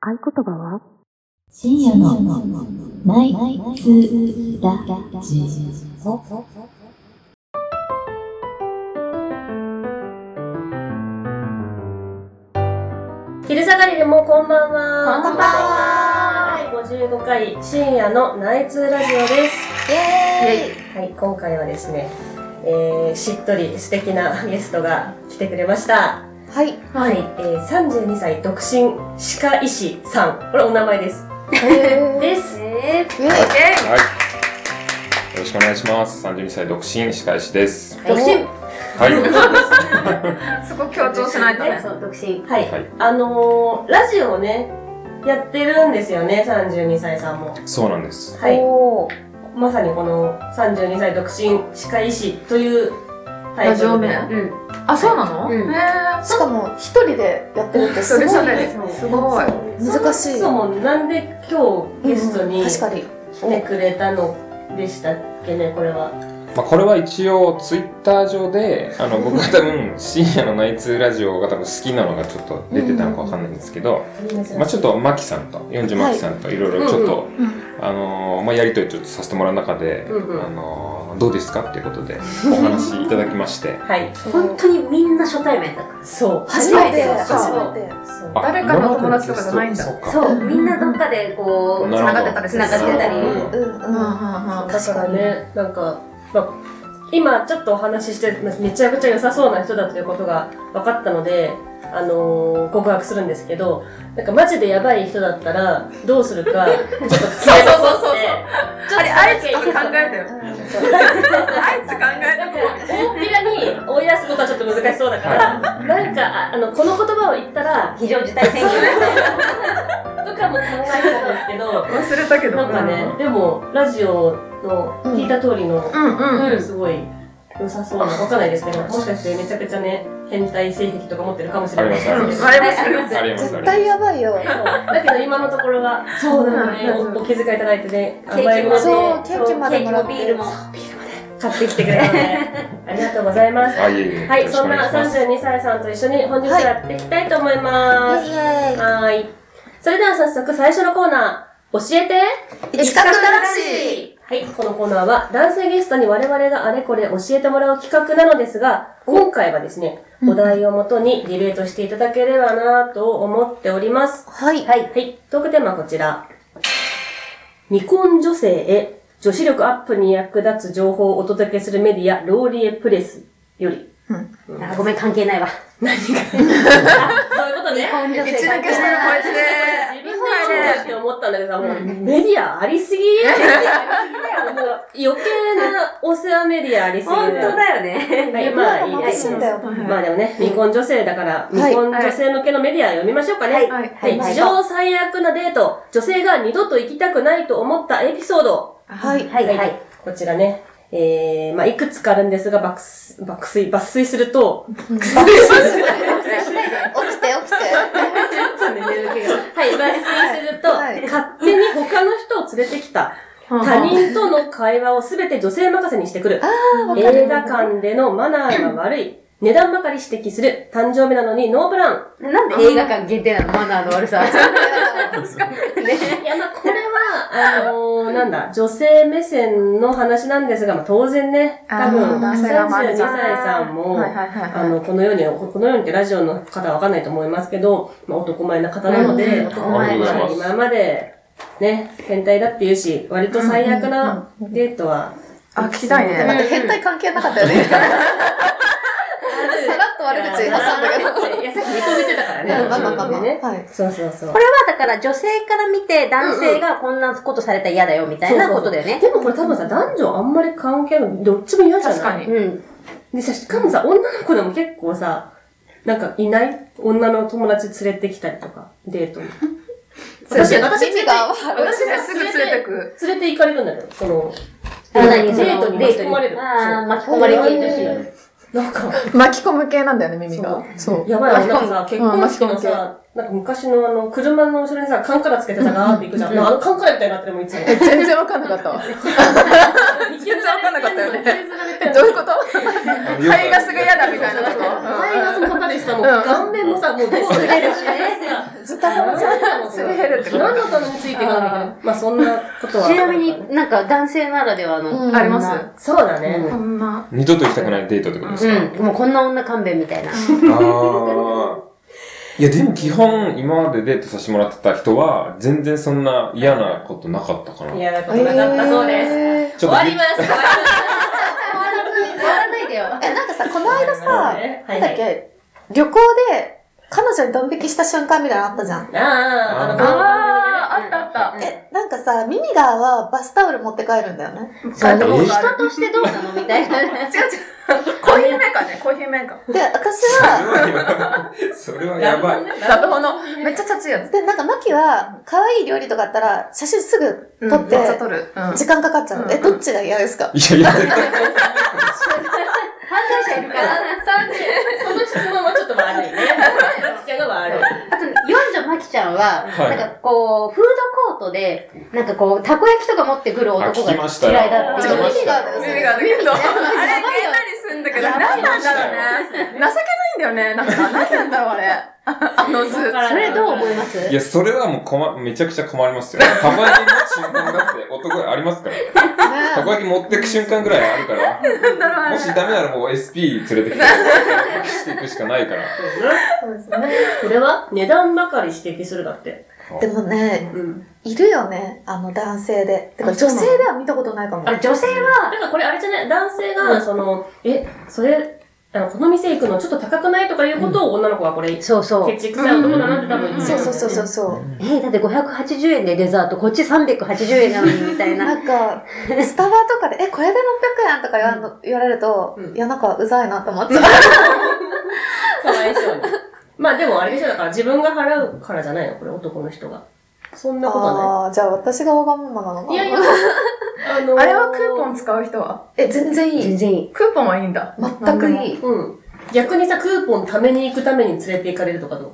合言葉は深夜のナイツラジオ。昼下がりでもこんばんは。こんばんははい、55回深夜のナイツラジオです。イエーイはい、今回はですね、えー、しっとり素敵なゲストが来てくれました。はい、はい、えー、32歳独身歯科医師さん。これお名前です。えー、です。えー、イエーイはい。よろしくお願いします。32歳独身歯科医師です。独身。はい。 はすごく強調しないとねそう、独身。はい。い。あのー、ラジオをね、やってるんですよね、32歳さんも。そうなんです。はい。おーまさにこの32歳独身歯科医師というタイトルでラうん。あ、そうなうの、んへーしかも一人でやってるってすそごいれじゃないねすごい難しいそもそもなんで今日ゲストにうん確来かにてくれたのでしたっけねこれはまあ、これは一応、ツイッター上で、あの、僕が多分、深夜のナイツラジオが多分好きなのがちょっと出てたのかわかんないんですけど、まあ、ちょっと、マキさんと、40マキさんといろいろちょっと、あのー、まあ、やりとりちょっとさせてもらう中で、うんうんあのー、どうですかっていうことで、お話いただきまして、はい本当にみんな初対面だかそう初めてそう初めてそうあ誰かの友達とかじゃないんだ今ら。までゲストそそうう、みんなどっかでこう、なるほど繋がってたりする繋がってたりうんうんうんうんうんはうんだからねなんか、まあ、今ちょっとお話ししてめちゃくちゃ良さそうな人だということが分かったのであのー、告白するんですけどなんかマジでやばい人だったらどうするかちょ っとそうそうそうそうそうあれ、あいつと考えたよあいつ考えなんたかよ大っぴらに追い出すことはちょっと難しそうだから、なんかああのこの言葉を言ったら非常事態宣言。とかも考えてたんですけど忘れたけどなんかねでもラジオの聞いた通りの、うんうんすごい良さそうなわかんないですけどもしかしてめちゃくちゃね変態性癖とか持ってるかもしれないですありうんますありますありまあります、あ絶ります対。やばいよそうだけど今のところはそうなのねおお気遣いいただいてねケーキも甘えもそうねそうケーキまでもらっケてーキもビールも。買ってきてくれたのでありがとうございますあ、いえいえ。はよいろしくそおん願なします32歳さんと一緒に本日やっていきたいと思いますイエーイはーいそれでは早速最初のコーナー教えて一角魂はい、このコーナーは男性ゲストに我々があれこれ教えてもらう企画なのですが、今回はですね、お題をもとにディベートしていただければなと思っております。はいはい、はい、トークテーマはこちら。未婚女性へ女子力アップに役立つ情報をお届けするメディア、ローリエプレス より。あごめん、関係ないわ。 そういうことね。一抜けしてるこいつね自分でやるって思ったんだけどさ、もう、メディアありすぎ もう余計なお世話メディアありすぎ本当だよはね。い、まあ、いい眩しいんだよまあでもね、未婚女性だから、い未婚女性向けのメディア読みましょうかね。はいはいはい。はい史上最悪なデート、女性が二度と行きたくないと思ったエピソード。はいはいはい。こちらね。えー、まあいくつかあるんですが、爆睡、爆睡、抜粋すると、起きて起きてはい、抜粋す ると、はい勝手に他の人を連れてきた。他人との会話をすべて女性任せにしてくる。映画館でのマナーが悪い。値段ばかり指摘する。誕生日なのにノープラン。なんで映画館限定なのマナーの悪さ。いや、まあ、これは、あのーなんだ、女性目線の話なんですが、まあ、当然ね、多分、あ32ー男性が周り歳じゃんさんも、はいはいはいあの、このように、このようにってラジオの方はわかんないと思いますけど、まあ、男前な方なので、うん男ま前ですあ今まで、ね、変態だって言うし、割と最悪なデートは、あ、聞きたいね待って変態関係なかったよねさらっと悪口挟んだけどいや、さっき認めてたからね。まあまあまあまあねはいそうそうそうこ。れはだから女性から見て男性がこんなことされたら嫌だよみたいなことだよね。でもこれ多分さ、男女あんまり関係ない。どっちも嫌じゃない確かにうん。でさ、しかもさ、女の子でも結構さ、なんかいない女の友達連れてきたりとか、デートに。私、私連れ耳て、が私ね、すぐ連れてく連れて行かれるんだけど、その、あ何デートに巻き込まれる。ああ、巻き込まれ系女子よね。そうなんか、巻き込む系なんだよね、耳がそうやばい、なんかさ、結婚式の巻き込むさ、なんか昔のあの、車の後ろにさ、カンカラつけてさ、ガーって行くじゃん。あのカンカラみたいになってるもん、い つも。え全然わかんなかったわ。全然わかんなかったよねえどういうこと肺肺がすぐ嫌だみたいなとこ前がその方でさ、もう顔面もさ、もうどうすれるし、ずっと話してすり減るってこと何のためについていかなきゃいけないまあそんなことは。ちなみになんか男性ならではの、ありますそうだね。こんな二度と行きたくないデートってことですか、うん、もうこんな女勘弁みたいな。ああ。いや、でも基本、今までデートさせてもらってた人は、全然そんな嫌なことなかったかな。嫌なことなかったそうです。えちょっとびっます終わ終わらないでよ。ーえ、なんかさ、この間さ、はいはないんだっけ、旅行で彼女にドン引きした瞬間みたいなのあったじゃん。ああ、あの、あーあったあったえ、なんかさ、ミミガーはバスタオル持って帰るんだよね。あの、え人としてどうなのみた いな。違う違うコーヒーメーカーねコーヒーメーカーで、私は、それはやばい。ラブホのめっちゃチャチいやつで、なんかマキは、可愛い料理とかあったら、写真すぐ撮撮っっててめっち、ゃ撮るう ん時間かかっちゃううの。んえ、どっちが嫌ですかいやいや、絶対犯罪者いるから。その質問はちょっと 悪いね。聞けのは悪い。あと、四女まきちゃんは、はないんかこう、フードコートで、なんかこう、たこ焼きとか持ってくるあ男が聞きましたよ。嫌いだって聞きいまう。したよ耳 が抜けど、あれ、げんなりすんだけど、何なんだろうね。情けないんだよね。なんか、何なんだろう、あれ。あの図。それどう思いますいや、それはもう困、めちゃくちゃ困りますよ。たこ焼き持つ瞬間だって男ありますから。たこね焼き持ってく瞬間ぐらいあるから。なんだろう、あもれ。しダメならもう SP 連れてきて、していくしかないから。これは値段ばかり指摘するだって。でもね、うん。いるよね、あの男性で。てかあ女そうなの性では見たことないかも。あ女性だは、からこれあれじゃない男性が、その、え、それ、あの、この店行くのちょっと高くないとかいうことを女の子はこれ、ケそうそう。チくさい男だなって多分言っそてるうんそだよねうそうそうそう。えーだって580円でデザート、こっち380円なのに、みたいなな。んか、スタバとかで、 え、これで600円とか言わんの言われるとう、んいや、なんかうざいなと思っちゃう。かわいそうに。まあでもあれでしょ、だから自分が払うからじゃないのこれ男の人が。そんなことはああー、じゃあ私がわがままなのかない。ないやいや、あのーあれはクーポン使う人はえ、全然いい。 全然いい。クーポンはいいんだ。全くいい。うん。逆にさ、クーポン貯めに行くために連れて行かれるとか どう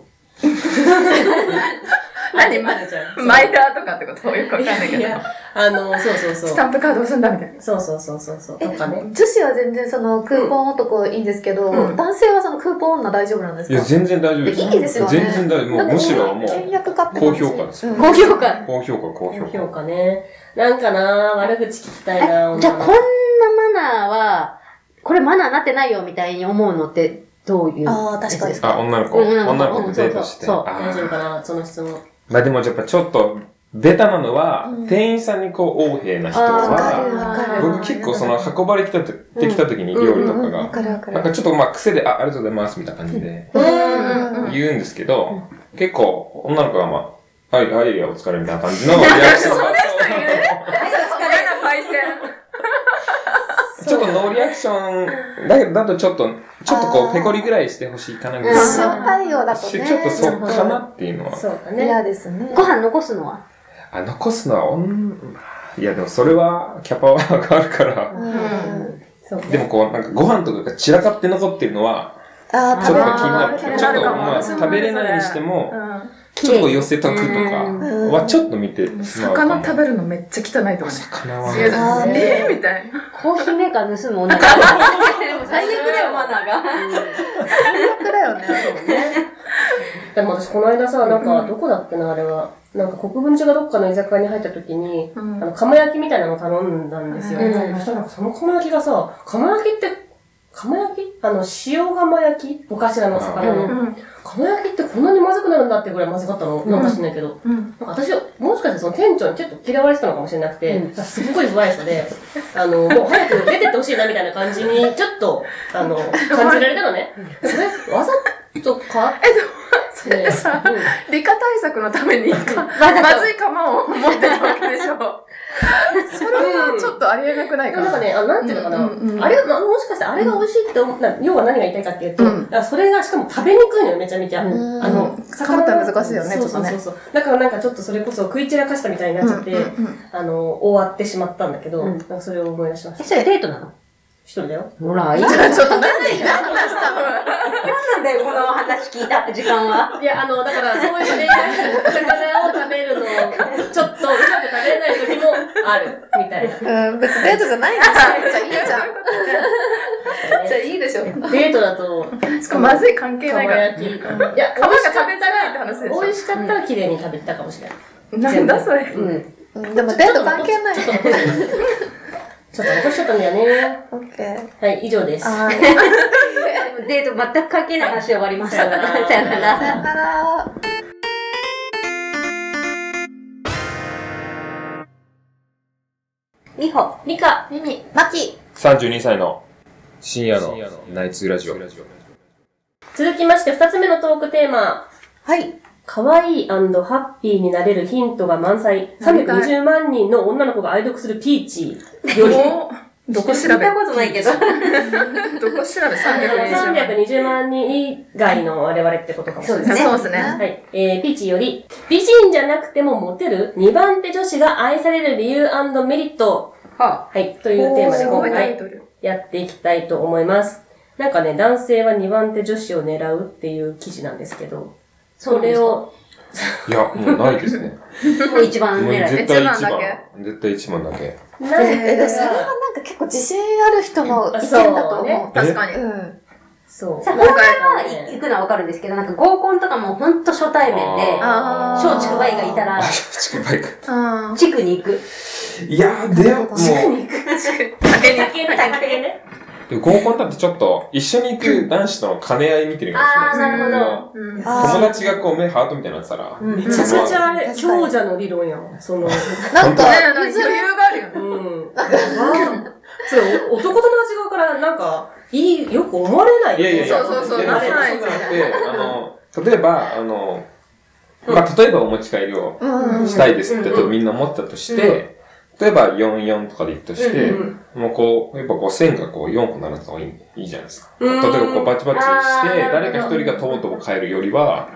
何あるじゃんマイラーとかってことよくわかんないけいど。や、あの、そうそうそう。スタンプカード押すんだみたいな。そうそうそうそうそう。えとかね。女子は全然そのクーポン男いいんですけど、うん男性はそのクーポン女大丈夫なんですいや、か全然大丈夫です。いいですよね全然大丈夫。もうむしろもう、倹約家って高評価ですよ高評価。高評価、高評評価。価ね。なんかな悪口聞きたいなじゃあ、こん女のなマナーは、これマナーなってないよ、みたいに思うのって、どういうああ、確かに。あ、女の子。女の子女の子とデートして。そうそうあー大丈夫かなその質問。まあでもやっぱちょっと、ベタなのは、うん店員さんにこう、横柄な人あーわかるは、わかる僕結構その、運ばれてきたとできた時に料理うとかん、わが、かるわかなんかる。ちょっとまあ癖で、あ、ありがとうございますみたいな感じでうんうんうん言うんですけど、結構女の子がまあ、はい、はい、いや、お疲れみたいな感じのリアクションが変なパイセン。ちょっとノーリアクション、だけど、だとちょっと、ちょっとこあう、ーペコリぐらいしてほしいかなぐらい。うん塩対応だとしね。ちょっとそうかなっていうのは。そうだね。嫌ですね。ご飯残すのはあ、残すのは女、いや、でもそれは、キャパは変わるから。うんうんそうでもこう、なんかご飯とかが散らかって残ってるのは、ああ、ちょっと気に食べなる。あーちょっと、気になるかもまあ、私も食べれないにしても、うちょっとこう寄せとくとかうんはちょっと見てん。しまうかも。魚食べるのめっちゃ汚いと思う。魚は嫌ね。だ。えーみたいな。コーヒーメーカー盗む女が。でも 最悪だよ、マナーが。くだよね。そうね。でも私この間さ、なんか、どこだっけな、あれは。なんか国分寺がどっかの居酒屋に入った時に、うあんの、釜焼きみたいなの頼んだんですよ。うそんしたらなんかその釜焼きがさ、釜焼きって、釜焼きあの、塩釜焼きお頭の魚うの。釜焼きってこんなにまずくなるんだってぐらいまずかったの。なんか知んないけど。うん。なんか私、もしかしてその店長にちょっと嫌われてたのかもしれなくて、うすっごい不愛想で、あの、もう早く出てってほしいなみたいな感じ に、ちょっと、あの、感じられたのね。それ、わざとかえ、でも、それってさ、うん理科対策のためにか、ざとまずい釜を持ってたわけでしょ。それはちょっとありえなくないでかもなんかな。ね、あなんていうのかな、うんうんうんあれ、まもしかしてあれが美味しいって思な要は何が言いたいかっていうと、うんだからそれがしかも食べにくいのよ、めちゃめちゃ。うんあの、魚って難しいよねそうそうちそょうそう。だからなんかちょっとそれこそ食い散らかしたみたいになっちゃって、うんうんあの、終わってしまったんだけど、うんなんかそれを思い出しましえた。それデートなの 一人だよ。ほら、いいちょっと何、何なんだよ。ね、この話聞いた時間は。いや、あの、だから、そういうね、魚を食べるのを、ちょっとうまく食べれない時もある、みたいな。うん、別にデートじゃないんですよ。じゃあいいじゃん。じゃあいいでしょ。デートだと、しかもまずい関係かばないから。焼き。いや、皮が美味しかっ食べたらいって話でた美し味しかったら綺麗に食べてたかもしれない。ょ。なんだそれ。うん。うんでもデート関係ないちょ。っと残しちょっと残しちゃったんだよね。オッケー。はい、以上です。あーデート全く関係ない話で終わりました から。はいさよならさ。よなら。みほ。リカ。ミミ、マキ。 32歳の深夜の深夜のナイツラジオ。続きまして、二つ目のトークテーマ。はい。可愛いハッピーになれるヒントが満載。320万人の女の子が愛読するピーチより。おどこ調べ聞いたことないけ ど。どこ調べ ?320 万。 320万人以外の我々ってことかもしれない。ねそうですね。はい。えー、ピーチより、美人じゃなくてもモテる ?2 番手女子が愛される理由メリット。ははい。というテーマでおーす今ごいタイ回トル。やっていきたいと思います。なんかね、男性は2番手女子を狙うっていう記事なんですけど、それを、いや、もうないですね。もう一番もう狙い。絶対一1番だ番け。絶対1番だけ。なえ、ぜでもそれはなんか結構自信ある人の意見だとそう思ねえ確かに。う。うん。そ う。さあ、なん今か回はね行くのはわかるんですけど、なんか合コンとかもほんと初対面で、あー松竹梅がいたらあ、、ちくばいか。あ地区に行く。いやー、でも、もう。竹に。竹ね、竹ね。で合コンだってちょっと、一緒に行く男子との兼ね合い見てるかもしれないですね。あーなるほど。うん。あ友達がこう目ハートみたいになってたら、めめちちゃゃめめちちゃゃあれ、強者の理論やん。その、ーなんか、ねなんか余譲る裕があるよね。 うん。それ、お男友達側からなんか、いい、よく思われないいやいやいや。そうそうそうでもなそれうないじゃなくて、あの、例えば、あの、まあ、例えばお持ち帰りをうん。したいですってとみんな思ったとして、例えば44とかで行くとして、もうこう、やっぱこう線がこう4個並んだ方がいいいいじゃないですか。う例んえばこうバチバチあして、ーなる誰ほどか一人がとぼとぼ変えるよりは、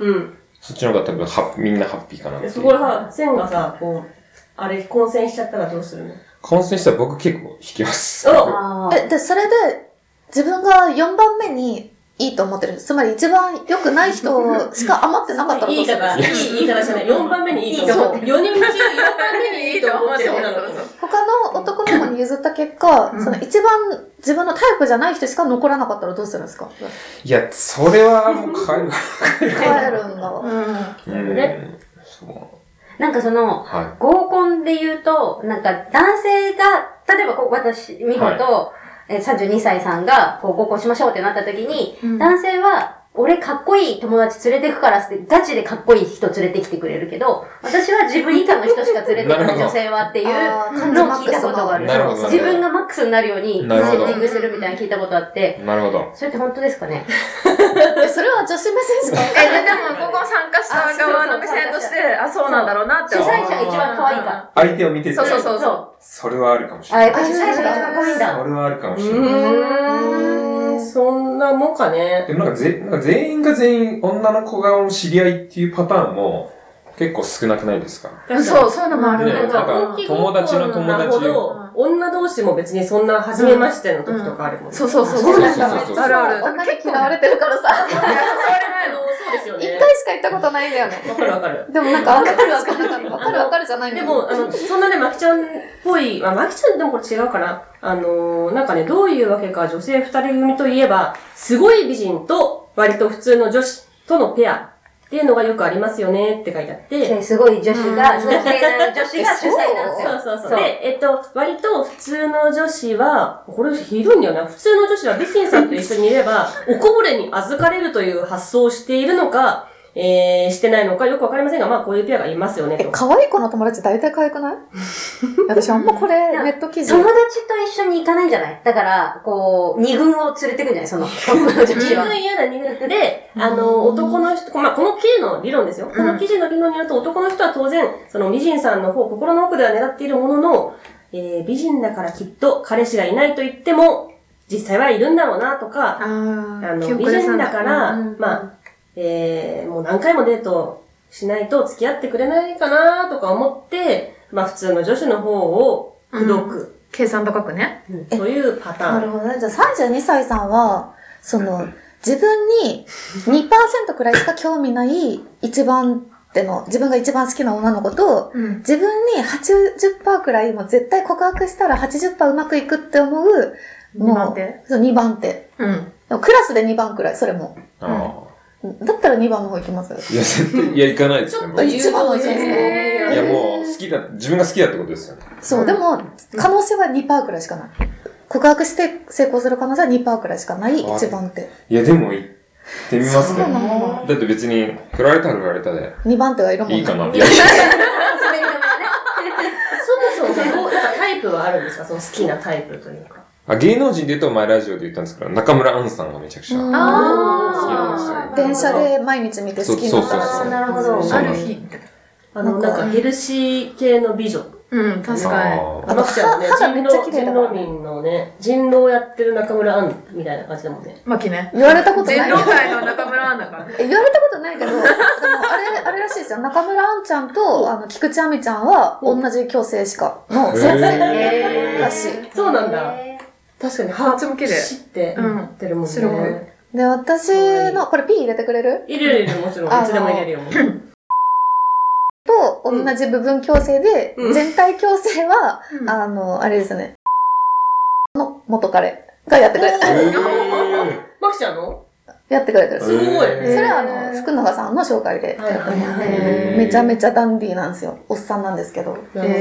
うん。そっちの方が多分ハッみんなハッピーかなっていでうそこら、線がさ、こう、あれ、混戦しちゃったらどうするの混戦したら僕結構引きます。おあえ、で、それで、自分が4番目にいいと思ってるんです。つまり一番良くない人しか余ってなかったらいどういする方、いい言い 方じゃない。4番目にいいと思ってる。4人中4番目にいいと思ってる女の子。他の男の子に譲った結果、その一番自分のタイプじゃない人しか残らなかったらどうするんですかいや、それはもう変える。帰るんだ。うんねそう。ーなんかその、は合コンで言うと、なんか男性が、例えばこう私、美穂と、えー32歳さんがこう合コンしましょうってなった時に、男性は、俺かっこいい友達連れてくからって、ガチでかっこいい人連れてきてくれるけど、私は自分以下の人しか連れてこなないるほど女性はっていうあーのを聞いたことがある。なるほどそう自分がマックスになるようにセなるほどッティングするみたいなの聞いたことあって、い。なるほど。それって本当ですかねそれは女子目線し か。え、ででも、ここ参加した側の目線として、あ、そうなんだろうなって主思う。催者が一番可愛いか。相手を見てて、そうそうそうそう。それはあるかもしあ、れやっなぱい。主催者が一番可愛いんだ。それはあるかもしれない。うーん。そんなもんかね。でもなんかぜなんか全員が全員女の子側の知り合いっていうパターンも結構少なくないですかそう、そういうのもあるねね。なんか友達の友達ほど、女同士も別にそんな初めましての時とかあるもんね。そうそうそう。そうなんだあるある。だから女に結構嫌われてるからさ、いや誘われないの、そうですよ一回ね。しか行ったことないんだよね。わかるわかる。でもなんか、わかるわかるわかるわかるじゃないんだでよも、あの、そんなね、まきちゃんっぽい、まあ、まきちゃんでもこれ違うかな。あのーなんかね、どういうわけか女性二人組といえば、すごい美人と割と普通の女子とのペアっていうのがよくありますよねって書いてあっえて、ーすごい女子が、その系の女子が主催なんですよ。そうそうそう。そうで、えっと、割と普通の女子は、これひどいんだよな。普通の女子は美人さんと一緒にいれば、おこぼれに預かれるという発想をしているのか、えー、してないのかよくわかりませんが、まあこういうペアがいますよね、えと、。可愛い子の友達大体可愛く ない私あんまこれ、ネット記事。友達と一緒に行かないんじゃないだから、こう、二軍を連れてくんじゃないその、トップの女自子は。分嫌な人間で、あの、男の人、まあ、この K の理論ですよ。この記事の理論によると、男の人は当然、その美人さんの方、心の奥では狙っているものの、えー、美人だからきっと彼氏がいないと言っても、実際はいるんだろうなとか、ああの、美人だから、うんまあ、えー、もう何回もデートしないと付き合ってくれないかなとか思って、まあ普通の女子の方を口説く計算高くね。というパターン。なるほどね。じゃあ32歳さんは、その、自分に2%くらいしか興味ない一番っての、自分が一番好きな女の子と、うん。自分に80%くらいもう絶対告白したら80%うまくいくって思う、もう、二番手そう、2番手。うん。でもクラスで2番くらい、それも。あだったら2番の方行きますあ。いや、絶対、いや、行かないですね、僕。い一番の一番ですえや、もう、好きだ、自分が好きだってことですよね。そう、うんでも、可能性は2%くらいしかない。告白して成功する可能性は2%くらいしかないあ一番手。いや、でも、行ってみますねそう。なのだって別に、振られたら振られたで、 2番手はいるもんいいかな、ね。 いや、滑り止めはね。そもそもさ、こうなんかタイプはあるんですかその好きなタイプというか。あ芸能人で言うと前ラジオで言ったんですけど、中村アンさんがめちゃくちゃ。うんあー電車で毎日見て好きになったそうそうらそうなるほど。そうある日。あの、なんかヘルシー系の美女。うん、確かに。あああとマキちゃんもね、歯がめっちゃ綺麗だ人から狼人狼のね、人狼をやってる中村アンみたいな感じだもんね。マキね。言われたことない。全言わ能界の中村アンだから。れたことないけど、でもあれ、あれらしいですよ。中村あんちゃんと、あの、菊池亜美ちゃんは、同じ矯正歯科の先生 らしい。そうなんだ。へ確かにあ歯っちも綺麗知ってやってるもんうん白ね。で、私の、これ P 入れてくれるいるいる、もちろあん。いつでもいれるよ。もうと、同じ部分矯正で、うん全体矯正は、うんあの、あれですね。の元彼がやってくれ、えマキちゃんのやってくれてる。ーそすごいえーれはあの、福永さんの紹介で。はいはいはいへーめちゃめちゃダンディーなんですよ。おっさんなんですけど。なるほどへーね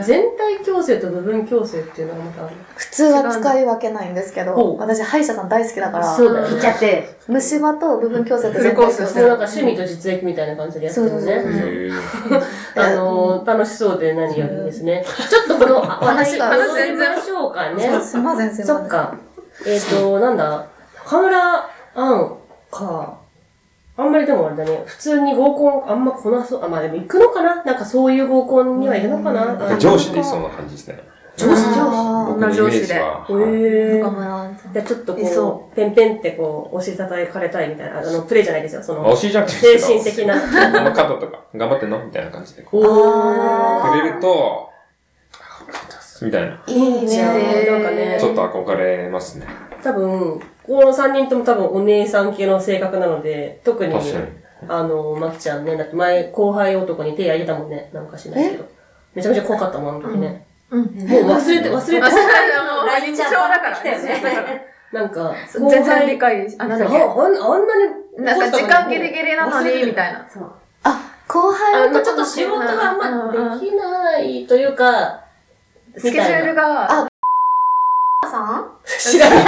え、全体矯正と部分矯正っていうのがまたある普通は使い分けないんですけほど、う私歯医者さん大好きだかそら、うだよー。ね来ちゃって。虫歯と部分矯正と全体フルコース矯ですもう正。なんか趣味と実益みたいな感じでやってるそうそうえね。ーあのー、楽しそうで何よりですね。ちょっとこのあ話が話全然しようかね。すいません、すいません。そっか。えっ、と、なんだ、中村アンか。あんまりでもあれだね、普通に合コンあんまこなそう、あ、まあでも行くのかななんかそういう合コンには行くのかななんか上司でいそうな感じですね。上司上僕のイメージは。へぇー。あじゃあちょっといこ、そうペンペンってこう、お尻叩かれたいみたいな、あの、プレイじゃないですよ、そあ、の、お尻じゃなくていい精ですけど神的な。あの肩とか、頑張ってんのみたいな感じで。こう、おくれると、みたいな。いいじゃあ、ね。なんかねち、ょっと憧れますね。多分、この3人とも多分お姉さん系の性格なので、特に、確かに。あの、まきちゃんね、だって前、後輩男に手あげたもんね、なんかしないけど。めちゃめちゃ怖かったもん、あの時ね。うん。もう忘れて、 忘れて。もう日常だからね。 なんか、後輩全然理解、あ、ななんんかだあっあけんあんなに、なんか時間ギリギリなのに、みたいな。そう。あ、後あ輩の、のちょっと仕事があんまできないというか、スケジュールが、あさん知らない。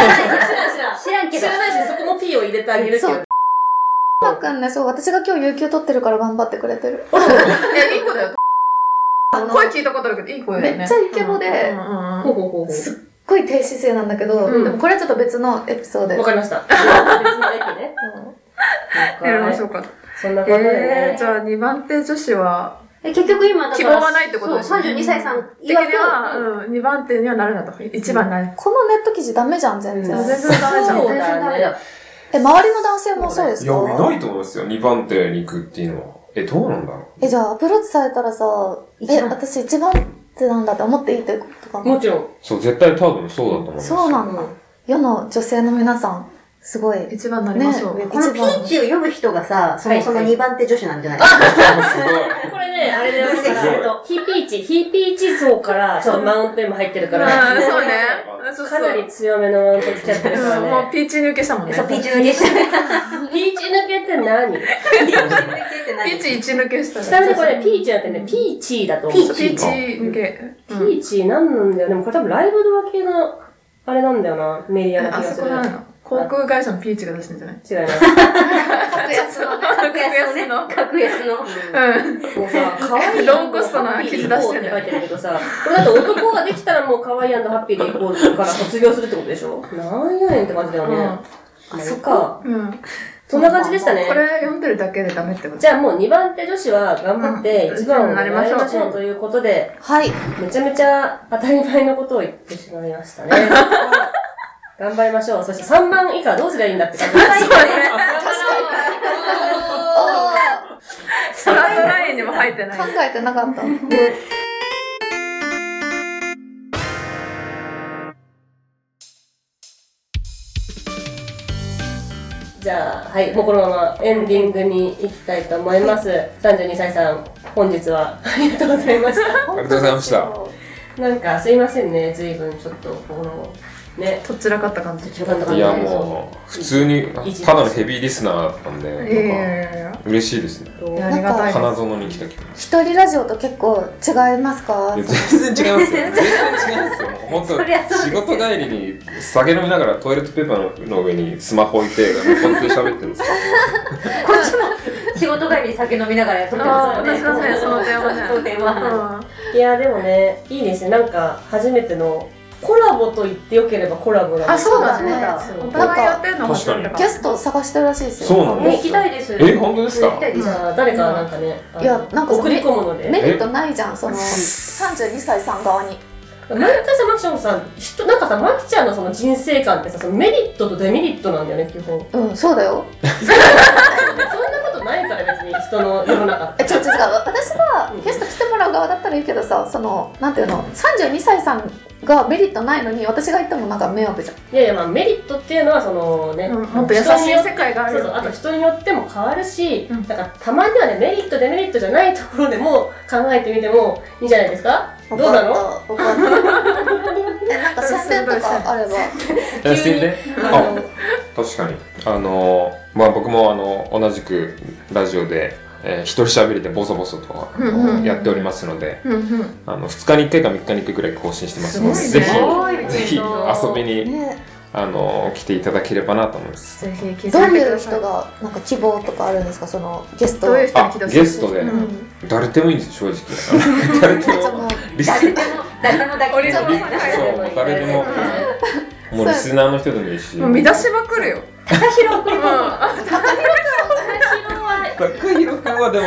知らんけ知ど。らないし、そこも P を入れてあげるけど。そうまっくんね、そう、私が今日有給取ってるから頑張ってくれてる。いや、いい子だよ。声聞いたことあるけど、いい声だよね。めっちゃイケボでうんうんうんほうほうほうほすっごい低姿勢なんだけど、うんでもこれはちょっと別のエピソードう。でわ。かりました。別 の駅ね。やりま了しょ解うか。そんな感じでえー、ねじ。ゃあ2番手女子は、え結局今だから。希望はないってことですそう、ね32歳さん的には、うん、2番手にはなるなと。1番になる。このネット記事ダメじゃん、全然。全え、然ダメじゃん。そう全然ダメだ。周りの男性もそうですいや、俺かないと思うんですよ。2番手に行くっていうのは。え、どうなんだろう。え、じゃあアプローチされたらさ、え、一番私一番手なんだって思っていいということかもな。ちろん。そう、絶対多分そうだと思うんですよ。そうな うんだ。ん世の女性の皆さん、すごい。ね、 1番になりましょう。この一ピ番ー。チを読む人がさ、そもそもはい2番手女子なんじゃないすごい。これね、あれだよ、分析すると。ヒーピーチ、ヒーピーチ層から、ちょっとマウントにも入ってるから、あーそうね。 そうそかなりう。強めのマウント来ちゃってるからうん、もうね。ピーチ抜けしたもんね。そう、ピーチ抜けしてる。ピーチ抜けって何ピーチ抜けって何ピーチ1抜けしたちなみにこれ、ピピーチなんてね、ピーチーだと思う。ピーーチチ抜け。ピうんーチーなんなんだよ。でもこれ多分ライブドア系の、あれなんだよな、メディアなあ気がそすこる。違いなまの航空会社のピーチが出してんじゃ ないす。格安のね。格安ね。格安の。うん。もうさ、可愛いローコストな記事出してっんて書だよいてるけどさ、これだと男ができたらもう可愛いハッピーで行こうから卒業するってことでしょなんやねんって感じだよね。あ、そっか。うん。こそんな感じでしたね。れ読んでるだけでダメってことじゃあもう2番手女子は頑張ってうん1番をなり狙まいしょうましょうということで、はい。めちゃめちゃ当たり前のことを言ってしまいま したね。頑張りましょう。そして3番以下どうすればいいんだって感じです。あスタートラインにも入ってなーい考。えてなかった。じゃあ、はい、もうこのままエンディングに行きたいと思います。32歳さん、本日は ありがとうございましりがとうございました。た。なんかすいませんね、随分ちょっと、この、ね、とっちらかった感じ。よかったかいなやもう普通にただのヘビーリスナーだったんでなんかえ嬉しいですねえありがたい花園に来た気分一人ラジオと結構違いますかいや全然違い ますよ全然違いますよ本そりゃ当そう仕ですよ事帰りに酒飲みながらトイレットペーパーの上にスマホ置いて本当に喋ってるんです よこっちも仕事帰りに酒飲みながらやってますよね。あー私もそうやその電話ねそう電話。いやでもねいいですねなんか初めてのコラボと言ってよければコラボなんあ、ですけそうどだねそう。お互いやってんの初めてかゲスト探してるらしいですよそうなんえで行すきよたいです。え本当ですか行きたいです。まあ誰かなんかねあのいやなんかその送り込むのでメリットないじゃんその32歳さん側に毎回さマキちゃんさ人なんかさマキちゃんのその人生観ってさそのメリットとデメリットなんだよね基本そんうんそうだよなことないから別に人の世の中ってえ違う違う違う私がゲスト来てもらう側だったらいいけどさそのなんていうの32歳さんがメリットないのに私が行ってもなんか迷惑じゃんいやいやまあメリットっていうのはそのね、うんもっと優しい世界があそるうそうあと人によっても変わるし、うんだからたまにはねメリットデメリットじゃないところでも考えてみてもいいんじゃないですかどうなの分かったえなんか宣伝とかあればえ宣伝あの確かにあのまあ僕もあの同じくラジオで、えー一人喋りでボソボソとあのうんうんうんやっておりますのでうんうん。あの2日に1回か3日に1回ぐらい更新してますのですごいねぜひぜひ遊びに、ねあの来ていただければなと思いますぜひ聞いてみてくどういうださ人い。がなんか希望とかあるんですかそのゲストどういう人にあ来てほしいゲストで、うん誰でもいいんです正直 誰でそものリス誰でも、誰もだけ俺どの確そうもう誰でももうリスナーの人でもいいしもう見出しまく るよ。高弘君はでも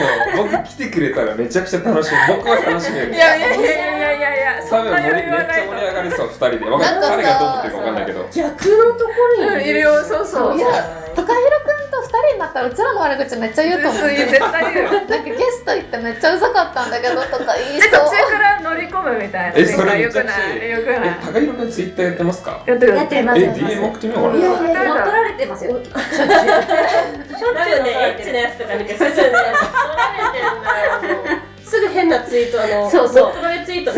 僕来てくれたらめちゃくちゃ楽しい僕は楽しめるいやいやいやいやいやいや、そ多ん分な盛り余めっ裕ちゃ盛はないとり上がりそう2人でわかなんるかさ誰がどう思ってるか分かんないけど逆のところうにん、いるよ、そうそう。いや高弘君と二人になったらうちらの悪口めっちゃ言うと思う絶対いるよ。なんかゲスト行ってめっちゃうざかったんだけどとか言いえ、そ途う中から乗り込むみたいな。えそれめよっちゃく欲しいないよくないえ高弘君ツイッターやってますかやってるやってえまず DM 送ってみようかないやいやいや乗っ取られてますよ。しょっちゅう。しょっちゅう乗っ取ラジオられでエッてチるな。やつとか見て、そう そうすぐ変なツイート、あの、そうそう乗っ取られツイート。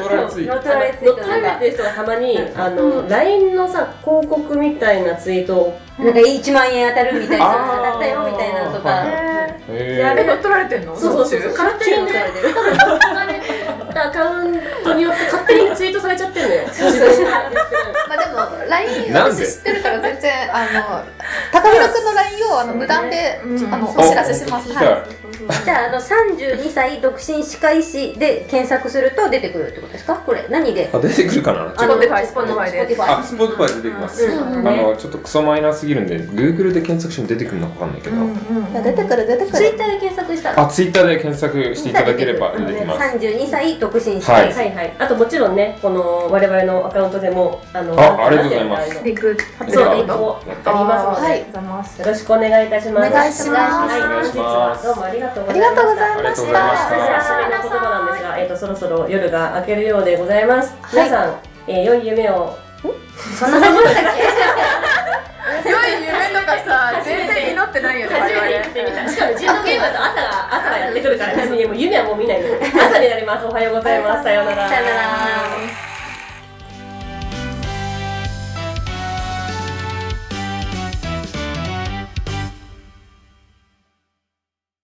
ドラツイ乗っー取られて乗るっ取られてる人がたまに、あの、LINE のさ、広告みたいなツイートを。なんか1万円当たるみたいな、あー当たったよみたいなのとはか。いえトやー、へ乗っ取られてんのそうそうそう、途中勝手乗にっ取られね、てる。アカウントによって勝手にツイートされちゃってんのよ。自分がやってないまあでも LINE なんで私知ってるから全然あの高弘君の LINE をあの無断で、うんあのおー知らせしますおはい聞きじゃあ、あの、32歳独身歯科医師で検索すると出てくるってことですかこれ、何でたいあ出てくるかなあの Spotify Spotify で Spotify あ、スポーツバー出てきます、うんあのちょっとクソマイナーすぎるんで Google で検索しても出てくるのか分かんないけど、いや出てくる出てくツイッるターで検索したらあ、ツイッターで検索していただければ出てきます。 32歳独身歯科医師はいはい。あともちろんね、この我々のアカウントでも、あの、あありがとうございますリンク貼ってそう、るリっンてクこをありますので、はよいとありがとうございます。ろしくお願いいたします。お願いしますはい、本日はどうもありがとうごあざりいがまとうごしざたいましありがおやすとうございましたたみな言葉なんですが、えっ、とそろそろ夜が明けるようでございます。皆さん、えー良い夢を。そんな感じだったっ良い夢とかさ、全然祈ってないよね、我々。てみた。しかも人のゲームだと朝が朝がやってくるから、ね、夢はもう見ないので。朝になります。おはようございます。さようなら。けさよなら